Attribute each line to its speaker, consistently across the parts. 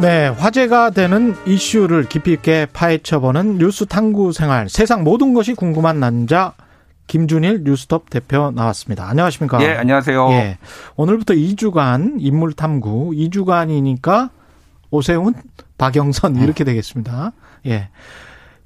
Speaker 1: 네, 화제가 되는 이슈를 깊이 있게 파헤쳐보는 뉴스 탐구 생활. 세상 모든 것이 궁금한 남자 김준일 뉴스톱 대표 나왔습니다. 안녕하십니까?
Speaker 2: 예, 안녕하세요.
Speaker 1: 예. 오늘부터 2주간 인물 탐구, 2주간이니까 오세훈,
Speaker 2: 음.
Speaker 1: 박영선 이렇게 되겠습니다. 예.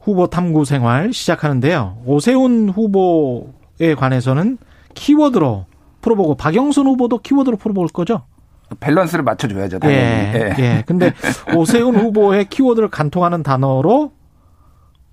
Speaker 1: 후보 탐구 생활 시작하는데요. 오세훈 후보에 관해서는 키워드로 풀어보고 박영선 후보도 키워드로 풀어볼 거죠?
Speaker 2: 밸런스를 맞춰줘야죠.
Speaker 1: 예.
Speaker 2: 당연히. 예.
Speaker 1: 예. 근데 오세훈 후보의 키워드를 간통하는 단어로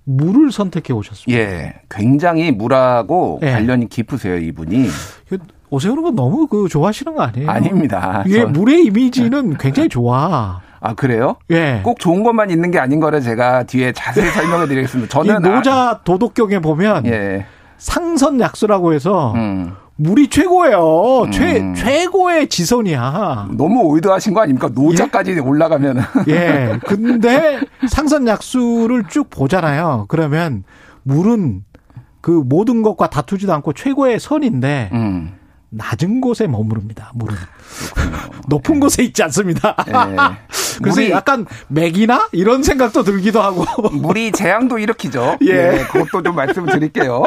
Speaker 1: 물을 선택해 오셨습니다.
Speaker 2: 예. 굉장히 물하고
Speaker 1: 예.
Speaker 2: 관련이 깊으세요, 이분이.
Speaker 1: 이거 오세훈 후보 너무 그 좋아하시는 거 아니에요?
Speaker 2: 예. 아닙니다.
Speaker 1: 예,
Speaker 2: 저-
Speaker 1: 물의 이미지는 굉장히 좋아.
Speaker 2: 아, 그래요?
Speaker 1: 예.
Speaker 2: 꼭 좋은 것만 있는 게 아닌 거를 제가 뒤에 자세히 설명해 드리겠습니다.
Speaker 1: 이
Speaker 2: 저는. 아-
Speaker 1: 노자 도덕경에 보면
Speaker 2: 예.
Speaker 1: 상선 약수라고 해서
Speaker 2: 음.
Speaker 1: 물이 최고예요. 최
Speaker 2: 음.
Speaker 1: 최고의 지선이야.
Speaker 2: 너무 오이도하신 거 아닙니까? 노자까지 올라가면은.
Speaker 1: 예. 근데 상선 약수를 쭉 보잖아요. 그러면 물은 그 모든 것과 다투지도 않고 최고의 선인데
Speaker 2: 음.
Speaker 1: 낮은 곳에 머무릅니다. 물은 높은 곳에 있지 않습니다.
Speaker 2: 예.
Speaker 1: 그래서
Speaker 2: 네. 물이-
Speaker 1: 약간 맥이나 이런 생각도 들기도 하고
Speaker 2: 물이 재앙도 일으키죠.
Speaker 1: 예.
Speaker 2: 그것도 좀 말씀을 드릴게요.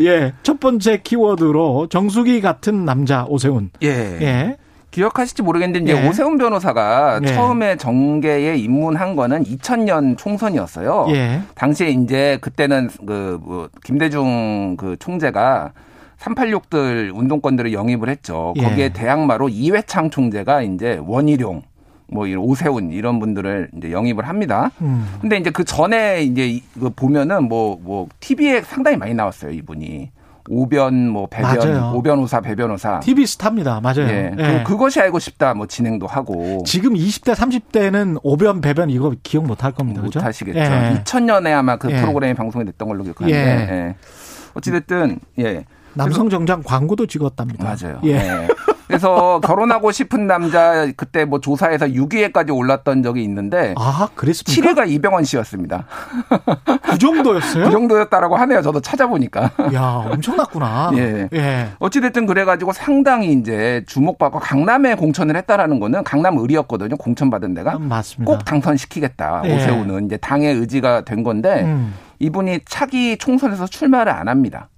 Speaker 2: 예.
Speaker 1: 예. 첫 번째 키워드로 정수기 같은 남자 오세훈.
Speaker 2: 예.
Speaker 1: 예.
Speaker 2: 기억하실지 모르겠는데 이제
Speaker 1: 예.
Speaker 2: 오세훈 변호사가
Speaker 1: 예.
Speaker 2: 처음에 정계에 입문한 거는 2000년 총선이었어요.
Speaker 1: 예.
Speaker 2: 당시에 이제 그때는 그뭐 김대중 그 총재가 386들 운동권들을 영입을 했죠.
Speaker 1: 예.
Speaker 2: 거기에 대항마로 이회창 총재가 이제 원희룡 뭐 이런 오세훈 이런 분들을 이제 영입을 합니다.
Speaker 1: 음.
Speaker 2: 근데 이제 그 전에 이제 이- 그 보면은 뭐 뭐 TV에 상당히 많이 나왔어요, 이분이. 오변 뭐 배변
Speaker 1: 맞아요.
Speaker 2: 오변호사 배변호사
Speaker 1: TV 스타입니다. 맞아요.
Speaker 2: 예.
Speaker 1: 예.
Speaker 2: 그, 것이 알고 싶다. 뭐 진행도 하고
Speaker 1: 지금 20대, 30대는 오변, 배변 이거 기억 못 할 겁니다. 그죠?
Speaker 2: 못 하시겠죠.
Speaker 1: 예.
Speaker 2: 2000년에 아마 그
Speaker 1: 예.
Speaker 2: 프로그램이 방송이 됐던 걸로 기억하는데.
Speaker 1: 예.
Speaker 2: 예. 어찌됐든 예
Speaker 1: 남성 정장 광고도 찍었답니다.
Speaker 2: 맞아요.
Speaker 1: 예.
Speaker 2: 예. 그래서 결혼하고 싶은 남자 그때 뭐 조사에서 6위에까지 올랐던 적이 있는데
Speaker 1: 아, 그랬습니까?
Speaker 2: 7위가 이병헌 씨였습니다.
Speaker 1: 그 정도였어요?
Speaker 2: 그 정도였다라고 하네요. 저도 찾아보니까.
Speaker 1: 야, 엄청났구나.
Speaker 2: 예. 어찌됐든 그래가지고 상당히 이제 주목받고 강남에 공천을 했다라는 거는 강남 의리였거든요. 공천받은
Speaker 1: 아,
Speaker 2: 데가.
Speaker 1: 맞습니다.
Speaker 2: 꼭 당선시키겠다.
Speaker 1: 예.
Speaker 2: 오세훈은 이제 당의 의지가 된 건데
Speaker 1: 음.
Speaker 2: 이분이 차기 총선에서 출마를 안 합니다.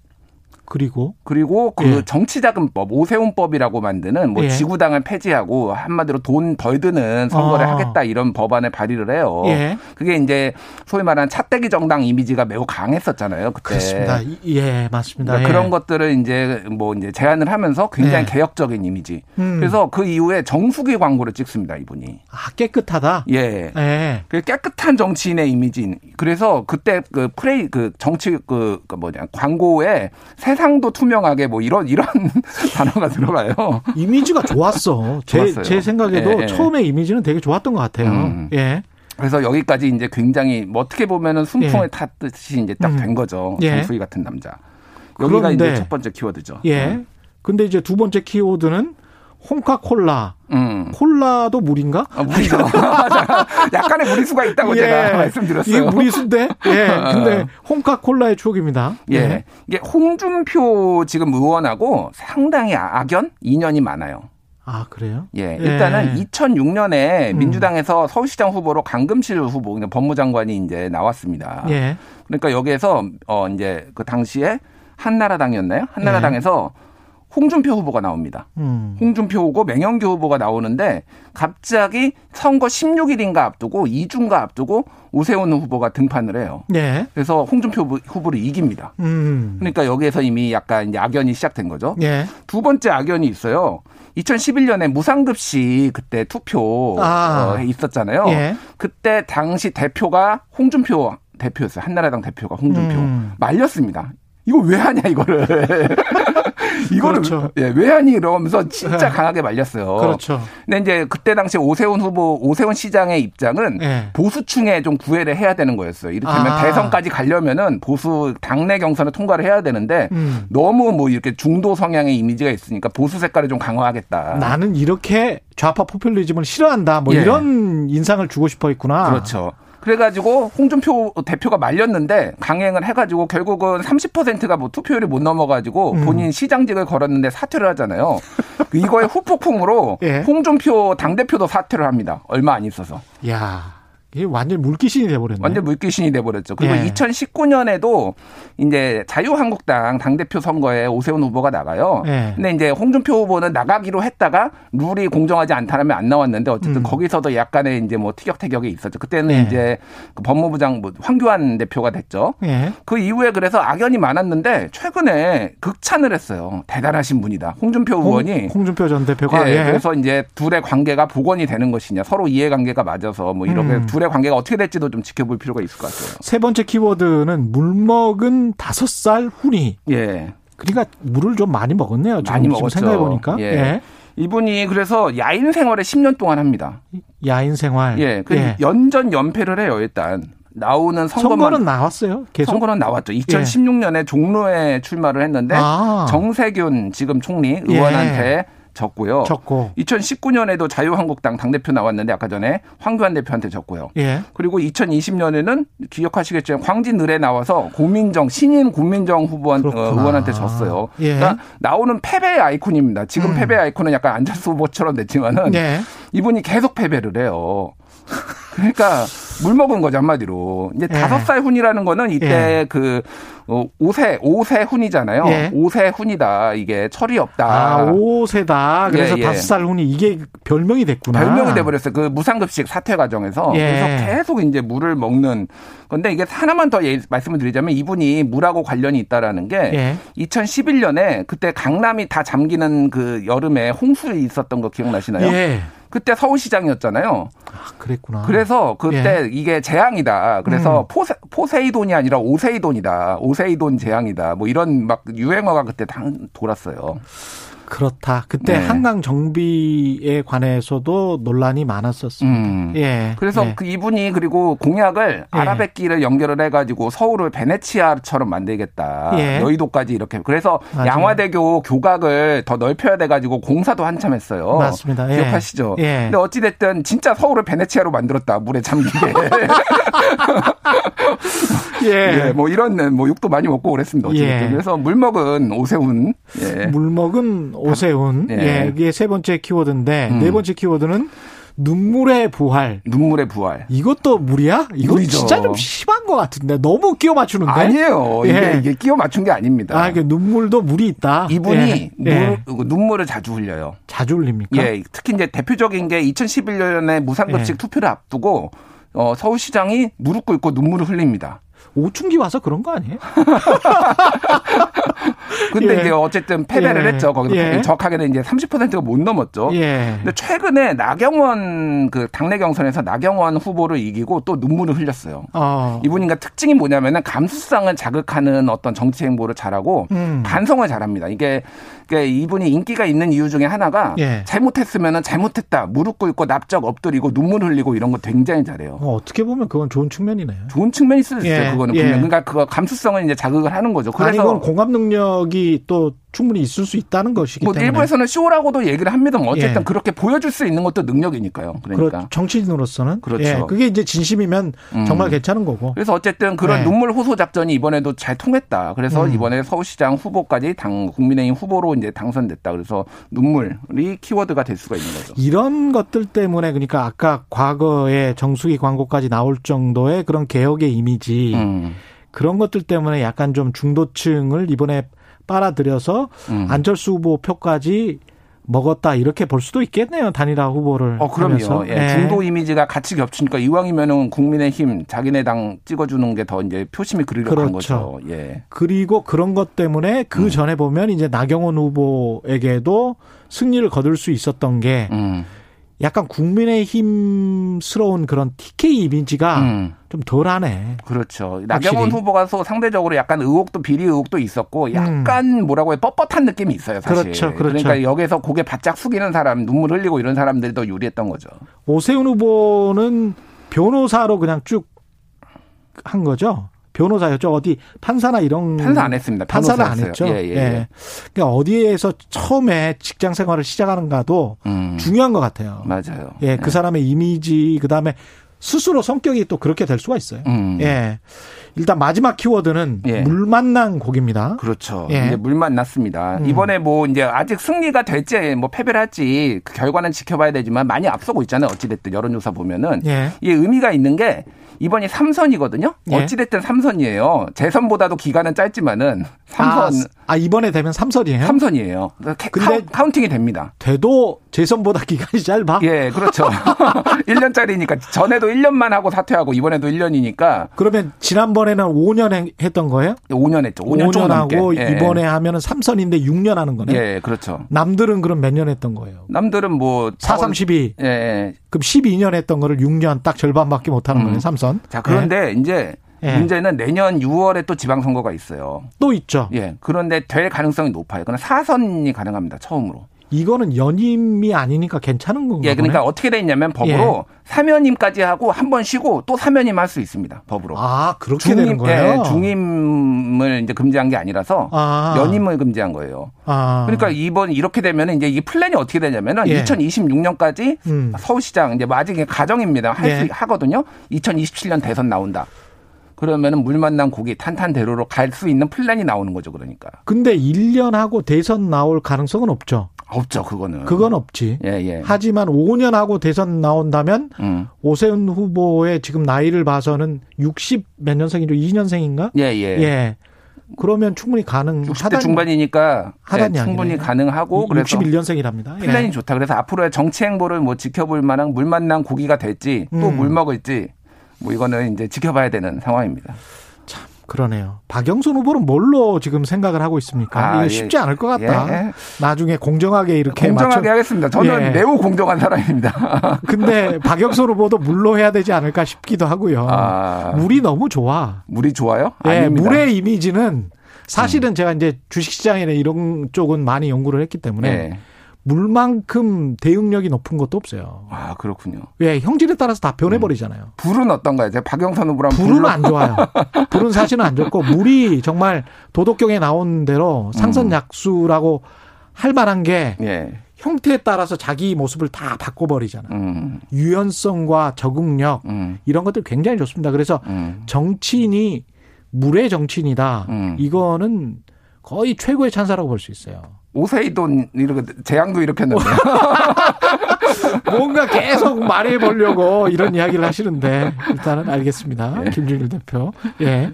Speaker 1: 그리고
Speaker 2: 그리고 그
Speaker 1: 예.
Speaker 2: 정치자금법 오세훈법이라고 만드는 뭐
Speaker 1: 예.
Speaker 2: 지구당을 폐지하고 한마디로 돈 덜 드는 선거를
Speaker 1: 아.
Speaker 2: 하겠다 이런 법안을 발의를 해요.
Speaker 1: 예.
Speaker 2: 그게 이제 소위 말하는 차떼기 정당 이미지가 매우 강했었잖아요. 그때.
Speaker 1: 그렇습니다. 이- 예, 맞습니다.
Speaker 2: 그러니까
Speaker 1: 예.
Speaker 2: 그런 것들을 이제 뭐 이제 제안을 하면서 굉장히
Speaker 1: 예.
Speaker 2: 개혁적인 이미지.
Speaker 1: 음.
Speaker 2: 그래서 그 이후에 정수기 광고를 찍습니다 이분이.
Speaker 1: 아, 깨끗하다.
Speaker 2: 예.
Speaker 1: 예.
Speaker 2: 그 깨끗한 정치인의 이미지. 그래서 그때 그 프레이 그 정치 그, 그 뭐냐 광고에 세상도 투명하게 뭐 이런 이런 단어가 들어가요.
Speaker 1: 이미지가 좋았어. 제,
Speaker 2: 좋았어요.
Speaker 1: 제 생각에도
Speaker 2: 예, 예.
Speaker 1: 처음에 이미지는 되게 좋았던 것 같아요.
Speaker 2: 음.
Speaker 1: 예.
Speaker 2: 그래서 여기까지 이제 굉장히 뭐 어떻게 보면은 순풍에
Speaker 1: 예.
Speaker 2: 탔듯이 이제 딱 된 거죠.
Speaker 1: 예.
Speaker 2: 정수리 같은 남자. 여기가
Speaker 1: 그런데-
Speaker 2: 이제 첫 번째 키워드죠.
Speaker 1: 예. 근데 이제 두 번째 키워드는 홍카콜라.
Speaker 2: 음.
Speaker 1: 콜라도 물인가?
Speaker 2: 아, 무리죠. 약간의 무리수가 있다고 제가 네, 말씀드렸어요.
Speaker 1: 예.
Speaker 2: 어.
Speaker 1: 이게 무리수인데? 예. 근데 홍카콜라의 추억입니다.
Speaker 2: 예. 이게 홍준표 지금 의원하고 상당히 아, 악연 인연이 많아요.
Speaker 1: 아, 그래요?
Speaker 2: 예, 일단은 2006년에
Speaker 1: 음.
Speaker 2: 민주당에서 서울시장 후보로 강금실 후보, 그러니까 법무장관이 이제 나왔습니다.
Speaker 1: 예.
Speaker 2: 그러니까 여기에서 어 이제 그 당시에 한나라당이었나요? 한나라당에서 홍준표 후보가 나옵니다.
Speaker 1: 음.
Speaker 2: 홍준표 후보, 맹영규 후보가 나오는데 갑자기 선거 16일인가 앞두고 이중가 앞두고 오세훈 후보가 등판을 해요.
Speaker 1: 예.
Speaker 2: 그래서 홍준표 후보- 후보를 이깁니다.
Speaker 1: 음.
Speaker 2: 그러니까 여기에서 이미 약간 이제 악연이 시작된 거죠.
Speaker 1: 예.
Speaker 2: 두 번째 악연이 있어요. 2011년에 무상급식 그때 투표
Speaker 1: 아.
Speaker 2: 어, 있었잖아요.
Speaker 1: 예.
Speaker 2: 그때 당시 대표가 홍준표 대표였어요. 한나라당 대표가 홍준표
Speaker 1: 음.
Speaker 2: 말렸습니다. 이거 왜 하냐 이거를 이거를
Speaker 1: 그렇죠. 예.
Speaker 2: 예, 왜 하니 이러면서 진짜 강하게 말렸어요.
Speaker 1: 그렇죠.
Speaker 2: 근데 이제 그때 당시 오세훈 후보, 오세훈 시장의 입장은
Speaker 1: 예.
Speaker 2: 보수층에 좀 구애를 해야 되는 거였어요. 이를테면
Speaker 1: 아.
Speaker 2: 대선까지 가려면은 보수 당내 경선을 통과를 해야 되는데
Speaker 1: 음.
Speaker 2: 너무 뭐 이렇게 중도 성향의 이미지가 있으니까 보수 색깔을 좀 강화하겠다.
Speaker 1: 나는 이렇게 좌파 포퓰리즘을 싫어한다. 뭐
Speaker 2: 예.
Speaker 1: 이런 인상을 주고 싶어 했구나.
Speaker 2: 그렇죠. 그래가지고 홍준표 대표가 말렸는데 강행을 해가지고 결국은 30%가 뭐 투표율이 못 넘어가지고
Speaker 1: 음.
Speaker 2: 본인 시장직을 걸었는데 사퇴를 하잖아요. 이거에 후폭풍으로
Speaker 1: 예.
Speaker 2: 홍준표 당대표도 사퇴를 합니다. 얼마 안 있어서.
Speaker 1: 야, 이게 완전 물귀신이 돼 버렸네.
Speaker 2: 완전 물귀신이 돼버렸죠. 그리고
Speaker 1: 예.
Speaker 2: 2019년에도 이제 자유한국당 당대표 선거에 오세훈 후보가 나가요.
Speaker 1: 예.
Speaker 2: 근데 이제 홍준표 후보는 나가기로 했다가 룰이 공정하지 않다라면 안 나왔는데 어쨌든 거기서도 약간의 이제 뭐 티격태격이 있었죠. 그때는
Speaker 1: 예.
Speaker 2: 이제 그 법무부장 뭐 황교안 대표가 됐죠.
Speaker 1: 예.
Speaker 2: 그 이후에 그래서 악연이 많았는데 최근에 극찬을 했어요. 대단하신 분이다. 홍준표 의원이
Speaker 1: 홍, 준표전 대표가
Speaker 2: 예,
Speaker 1: 예.
Speaker 2: 그래서 이제 둘의 관계가 복원이 되는 것이냐, 서로 이해관계가 맞아서 뭐 이렇게
Speaker 1: 음.
Speaker 2: 둘의 관계가 어떻게 될지도 좀 지켜볼 필요가 있을 것 같아요.
Speaker 1: 세 번째 키워드는 물먹은 다섯 살 후니.
Speaker 2: 예.
Speaker 1: 그러니까 물을 좀 많이 먹었네요. 아, 지금,
Speaker 2: 많이
Speaker 1: 지금
Speaker 2: 먹었죠.
Speaker 1: 생각해 보니까.
Speaker 2: 예.
Speaker 1: 예.
Speaker 2: 이분이 그래서 야인 생활을 10년 동안 합니다.
Speaker 1: 야인 생활.
Speaker 2: 예. 그 연전 연패를 해요, 일단. 나오는 선거만
Speaker 1: 선거는 나왔어요. 계속.
Speaker 2: 선거는 나왔죠. 2016년에 종로에 출마를 했는데
Speaker 1: 아. 예.
Speaker 2: 정세균 지금 총리 의원한테 졌고요.
Speaker 1: 적고.
Speaker 2: 2019년에도 자유한국당 당대표 나왔는데 아까 전에 황교안 대표한테 졌고요.
Speaker 1: 예.
Speaker 2: 그리고 2020년에는 기억하시겠지만 광진을에 나와서 고민정 신인 고민정 후보한
Speaker 1: 그렇구나.
Speaker 2: 어, 의원한테 졌어요.
Speaker 1: 예. 음.
Speaker 2: 그러니까 나오는 패배의 아이콘입니다. 지금 패배의 아이콘은 약간 안철수 후보처럼 됐지만은
Speaker 1: 예.
Speaker 2: 이분이 계속 패배를 해요. 그러니까 물 먹은 거죠 한마디로. 이제
Speaker 1: 예.
Speaker 2: 다섯 살 훈이라는 거는 이때 그 어, 5세 5세 훈이잖아요.
Speaker 1: 예.
Speaker 2: 5세 훈이다. 이게 철이 없다.
Speaker 1: 아, 오세다 그래서
Speaker 2: 예, 예.
Speaker 1: 다섯 살 후니 이게 별명이 됐구나.
Speaker 2: 별명이 돼버렸어요. 그 무상급식 사퇴 과정에서
Speaker 1: 아. 예.
Speaker 2: 그래서 계속 이제 물을 먹는 건데 이게 하나만 더 예- 말씀을 드리자면 이분이 물하고 관련이 있다라는 게
Speaker 1: 예.
Speaker 2: 2011년에 그때 강남이 다 잠기는 그 여름에 홍수 있었던 거 기억나시나요?
Speaker 1: 예.
Speaker 2: 그때 서울시장이었잖아요.
Speaker 1: 아, 예. 그랬구나.
Speaker 2: 그래서 그때 이게 재앙이다.
Speaker 1: 음.
Speaker 2: 그래서 포세, 포세이돈이 아니라 오세이돈이다. 오세이돈 재앙이다. 뭐 이런 막 유행어가 그때 다 돌았어요.
Speaker 1: 그렇다. 그때
Speaker 2: 네.
Speaker 1: 한강 정비에 관해서도 논란이 많았었습니다.
Speaker 2: 음.
Speaker 1: 예.
Speaker 2: 그래서
Speaker 1: 예.
Speaker 2: 그 이분이 그리고 공약을
Speaker 1: 예.
Speaker 2: 아라뱃길을 연결을 해가지고 서울을 베네치아처럼 만들겠다.
Speaker 1: 예.
Speaker 2: 여의도까지 이렇게. 그래서
Speaker 1: 맞아요.
Speaker 2: 양화대교 교각을 더 넓혀야 돼가지고 공사도 한참 했어요.
Speaker 1: 맞습니다. 예.
Speaker 2: 기억하시죠?
Speaker 1: 예.
Speaker 2: 근데 어찌됐든 진짜 서울을 베네치아로 만들었다. 물에 잠기게.
Speaker 1: 예.
Speaker 2: 예. 뭐 이런 뭐 욕도 많이 먹고 그랬습니다. 어쨌든
Speaker 1: 예.
Speaker 2: 그래서 물 먹은 오세훈. 예.
Speaker 1: 물먹은 오세훈.
Speaker 2: 예.
Speaker 1: 예. 이게 세 번째 키워드인데
Speaker 2: 음.
Speaker 1: 네 번째 키워드는 눈물의 부활.
Speaker 2: 눈물의 부활.
Speaker 1: 이것도 물이야? 이거
Speaker 2: 물이죠.
Speaker 1: 진짜 좀 심한 것 같은데 너무 끼워 맞추는데.
Speaker 2: 아니에요.
Speaker 1: 예.
Speaker 2: 이게, 이게 끼워 맞춘 게 아닙니다.
Speaker 1: 아, 이게 눈물도 물이 있다.
Speaker 2: 이분이
Speaker 1: 예. 예.
Speaker 2: 물- 그 눈물을 자주 흘려요.
Speaker 1: 자주 흘립니까?
Speaker 2: 예, 특히 이제 대표적인 게 2011년에 무상급식
Speaker 1: 예.
Speaker 2: 투표를 앞두고 어, 서울시장이 무릎 꿇고 눈물을 흘립니다.
Speaker 1: 오충기 와서 그런 거 아니에요?
Speaker 2: 근데
Speaker 1: 예.
Speaker 2: 이제 어쨌든 패배를
Speaker 1: 예.
Speaker 2: 했죠. 거기서
Speaker 1: 예.
Speaker 2: 정확하게는 이제 30%가 못 넘었죠.
Speaker 1: 예.
Speaker 2: 어? 근데 최근에 나경원 그 당내 경선에서 나경원 후보를 이기고 또 눈물을 흘렸어요.
Speaker 1: 어.
Speaker 2: 이분인가 특징이 뭐냐면은 감수성을 자극하는 어떤 정치 행보를 잘하고
Speaker 1: 음.
Speaker 2: 반성을 잘합니다. 이게 이게 이분이 인기가 있는 이유 중에 하나가
Speaker 1: 예.
Speaker 2: 잘못했으면은 잘못했다 무릎 꿇고 납작 엎드리고 눈물 흘리고 이런 거 굉장히 잘해요.
Speaker 1: 어, 어떻게 보면 그건 좋은 측면이네요.
Speaker 2: 좋은 측면이 있을 수 있어요.
Speaker 1: 예,
Speaker 2: 그거는
Speaker 1: 예.
Speaker 2: 분명. 그러니까 그거 감수성을 이제 자극을 하는 거죠.
Speaker 1: 아니 그건
Speaker 2: 그래서
Speaker 1: 공감 능력이 또 충분히 있을 수 있다는 것이기
Speaker 2: 뭐
Speaker 1: 때문에
Speaker 2: 일부에서는 쇼라고도 얘기를 합니다만 어쨌든
Speaker 1: 예. 그렇죠.
Speaker 2: 그렇게 보여줄 수 있는 것도 능력이니까요. 그러니까.
Speaker 1: 그렇- 정치인으로서는
Speaker 2: 그렇죠.
Speaker 1: 예, 그게 이제 진심이면
Speaker 2: 음.
Speaker 1: 정말 괜찮은 거고.
Speaker 2: 그래서 어쨌든 그런
Speaker 1: 네. 음.
Speaker 2: 눈물 호소 작전이 이번에도 잘 통했다. 그래서 이번에 서울시장 후보까지 당 국민의힘 후보로 이제 당선됐다. 그래서 눈물이 키워드가 될 수가 있는 거죠.
Speaker 1: 이런 것들 때문에 그러니까 아까 과거에 정수기 광고까지 나올 정도의 그런 개혁의 이미지
Speaker 2: 음,
Speaker 1: 그런 것들 때문에 약간 좀 중도층을 이번에 빨아들여서
Speaker 2: 음.
Speaker 1: 안철수 후보 표까지 먹었다 이렇게 볼 수도 있겠네요 단일화 후보를
Speaker 2: 어, 그럼요.
Speaker 1: 하면서.
Speaker 2: 예, 중도 이미지가 같이 겹치니까 이왕이면은 국민의힘 자기네 당 찍어주는 게 더 이제 표심이 그리려 간
Speaker 1: 그렇죠.
Speaker 2: 거죠. 예.
Speaker 1: 그리고 그런 것 때문에
Speaker 2: 음.
Speaker 1: 그 전에 보면 이제 나경원 후보에게도 승리를 거둘 수 있었던 게
Speaker 2: 음.
Speaker 1: 약간 국민의힘스러운 그런 TK 이미지가
Speaker 2: 음.
Speaker 1: 좀 덜하네.
Speaker 2: 그렇죠.
Speaker 1: 아. 확실히. 음.
Speaker 2: 나경원 후보가 소- 상대적으로 약간 의혹도 비리 의혹도 있었고 약간 뭐라고 해 뻣뻣한 느낌이 있어요 사실.
Speaker 1: 그렇죠, 그렇죠.
Speaker 2: 러니까 여기서 고개 바짝 숙이는 사람, 눈물 흘리고 이런 사람들이 더 유리했던 거죠.
Speaker 1: 오세훈 후보는 변호사로 그냥 쭉 한 거죠. 변호사였죠. 어디 판사나 이런
Speaker 2: 판사 안 했습니다.
Speaker 1: 판사는 안
Speaker 2: 변호사였어요.
Speaker 1: 했죠.
Speaker 2: 예, 예, 예.
Speaker 1: 그러니까 어디에서 처음에 직장 생활을 시작하는가도
Speaker 2: 음,
Speaker 1: 중요한 것 같아요.
Speaker 2: 맞아요.
Speaker 1: 예, 그 사람의 이미지 그다음에 스스로 성격이 또 그렇게 될 수가 있어요.
Speaker 2: 음.
Speaker 1: 예. 일단 마지막 키워드는
Speaker 2: 예.
Speaker 1: 물 만난 곡입니다.
Speaker 2: 그렇죠.
Speaker 1: 예.
Speaker 2: 이제 물만 났습니다. 이번에 뭐 이제 아직 승리가 될지 뭐 패배를 할지 그 결과는 지켜봐야 되지만 많이 앞서고 있잖아요. 어찌됐든 여론조사 보면은
Speaker 1: 예.
Speaker 2: 이게 의미가 있는 게 이번이 삼선이거든요
Speaker 1: 예.
Speaker 2: 어찌됐든 삼선이에요 재선보다도 기간은 짧지만은
Speaker 1: 아,
Speaker 2: 삼선
Speaker 1: 아, 이번에 되면 삼설이에요?
Speaker 2: 삼선이에요 그
Speaker 1: 근데-
Speaker 2: 카운팅이 됩니다.
Speaker 1: 돼도 재선보다 기간이 짧아?
Speaker 2: 예, 그렇죠. 1년짜리니까 전에도 1년만 하고 사퇴하고 이번에도 1년이니까
Speaker 1: 그러면 지난번에는 5년 행- 했던 거예요?
Speaker 2: 5년 했죠. 5년, 좀 넘게.
Speaker 1: 하고
Speaker 2: 예,
Speaker 1: 이번에 하면은 삼선인데 6년 하는 거네.
Speaker 2: 예, 그렇죠.
Speaker 1: 남들은 그럼 몇 년 했던 거예요?
Speaker 2: 남들은 뭐
Speaker 1: 4, 3, 12.
Speaker 2: 예, 예.
Speaker 1: 그럼 12년 했던 거를 6년 딱 절반밖에 못 하는 거예요, 삼선.
Speaker 2: 음. 자, 그런데 이제
Speaker 1: 예.
Speaker 2: 문제는 내년 6월에 또 지방선거가 있어요.
Speaker 1: 예, 또 있죠.
Speaker 2: 예. 그런데 될 가능성이 높아요. 그럼 사선이 가능합니다. 처음으로.
Speaker 1: 이거는 연임이 아니니까 괜찮은 건가요? 예.
Speaker 2: 예. 그러니까 어떻게 돼 있냐면 법으로 사면임까지 하고 한 번 쉬고 또 사면임 할 수 있습니다. 법으로.
Speaker 1: 아, 그렇게 되는 거예요?
Speaker 2: 예, 중임을 이제 금지한 게 아니라서
Speaker 1: 아.
Speaker 2: 연임을 금지한 거예요.
Speaker 1: 아.
Speaker 2: 그러니까 이번 이렇게 되면 이제 이 플랜이 어떻게 되냐면은
Speaker 1: 예.
Speaker 2: 2026년까지
Speaker 1: 음.
Speaker 2: 서울시장 이제 뭐 아직 이게 가정입니다. 할 수
Speaker 1: 예.
Speaker 2: 하거든요. 2027년 대선 나온다. 그러면은 물 만난 고기 탄탄대로로 갈 수 있는 플랜이 나오는 거죠. 그러니까
Speaker 1: 근데 1년하고 대선 나올 가능성은 없죠.
Speaker 2: 없죠. 그거는
Speaker 1: 그건 없지.
Speaker 2: 예 예.
Speaker 1: 하지만 5년하고 대선 나온다면
Speaker 2: 음.
Speaker 1: 오세훈 후보의 지금 나이를 봐서는 60 몇 년생이죠? 2년생인가?
Speaker 2: 예, 예.
Speaker 1: 예. 그러면 충분히
Speaker 2: 60대
Speaker 1: 가능하다.
Speaker 2: 중반이니까 예,
Speaker 1: 하단
Speaker 2: 충분히
Speaker 1: 이야기네요.
Speaker 2: 가능하고 그래서
Speaker 1: 61년생이랍니다. 예.
Speaker 2: 플랜이 좋다. 그래서 앞으로의 정치 행보를 뭐 지켜볼 만한 물 만난 고기가 될지 또
Speaker 1: 음.
Speaker 2: 물 먹을지 뭐 이거는 이제 지켜봐야 되는 상황입니다.
Speaker 1: 그러네요. 박영선 후보는 뭘로 지금 생각을 하고 있습니까?
Speaker 2: 아,
Speaker 1: 이게
Speaker 2: 예.
Speaker 1: 쉽지 않을 것 같다.
Speaker 2: 예.
Speaker 1: 나중에 공정하게 이렇게
Speaker 2: 공정하게
Speaker 1: 맞춰.
Speaker 2: 하겠습니다. 저는
Speaker 1: 예.
Speaker 2: 매우 공정한 사람입니다.
Speaker 1: 근데 박영선 후보도 물로 해야 되지 않을까 싶기도 하고요.
Speaker 2: 아.
Speaker 1: 물이 너무 좋아.
Speaker 2: 물이 좋아요?
Speaker 1: 예,
Speaker 2: 아닙니다. 음.
Speaker 1: 물의 이미지는 사실은 제가 이제 주식시장이나 이런 쪽은 많이 연구를 했기 때문에
Speaker 2: 예.
Speaker 1: 물만큼 대응력이 높은 것도 없어요.
Speaker 2: 아 그렇군요.
Speaker 1: 왜 형질에 따라서 다 변해버리잖아요.
Speaker 2: 불은 어떤가요? 제가 박영선 후보랑 어-
Speaker 1: 불은 안 좋아요. 불은 사실은 안 좋고 물이 정말 도덕경에 나온 대로
Speaker 2: 음.
Speaker 1: 상선약수라고 할 만한 게
Speaker 2: 예.
Speaker 1: 형태에 따라서 자기 모습을 다 바꿔버리잖아요.
Speaker 2: 음.
Speaker 1: 유연성과 적응력
Speaker 2: 음.
Speaker 1: 이런 것들 굉장히 좋습니다. 그래서
Speaker 2: 음.
Speaker 1: 정치인이 물의 정치인이다.
Speaker 2: 음.
Speaker 1: 이거는 거의 최고의 찬사라고 볼 수 있어요.
Speaker 2: 오세이돈 이렇게 재앙도 일으켰는데
Speaker 1: 뭔가 계속 말해보려고 이런 이야기를 하시는데 일단은 알겠습니다. 김준일 대표. 예.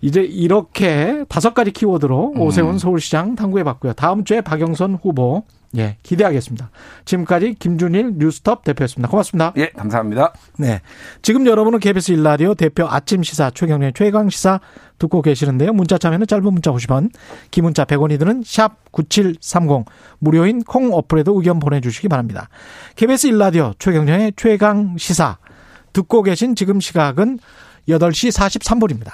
Speaker 1: 이제 이렇게 다섯 가지 키워드로 오세훈 서울시장 탐구해봤고요. 다음 주에 박영선 후보 예 기대하겠습니다. 지금까지 김준일 뉴스톱 대표였습니다. 고맙습니다.
Speaker 2: 예 감사합니다.
Speaker 1: 네. 지금 여러분은 KBS 일라디오 대표 아침 시사 최경련의 최강 시사 듣고 계시는데요. 문자 참여는 짧은 문자 50원, 긴 문자 100원이 드는 샵 9730 무료인 콩 어플에도 의견 보내 주시기 바랍니다. KBS 일라디오 최경련의 최강 시사 듣고 계신 지금 시각은 8시 43분입니다.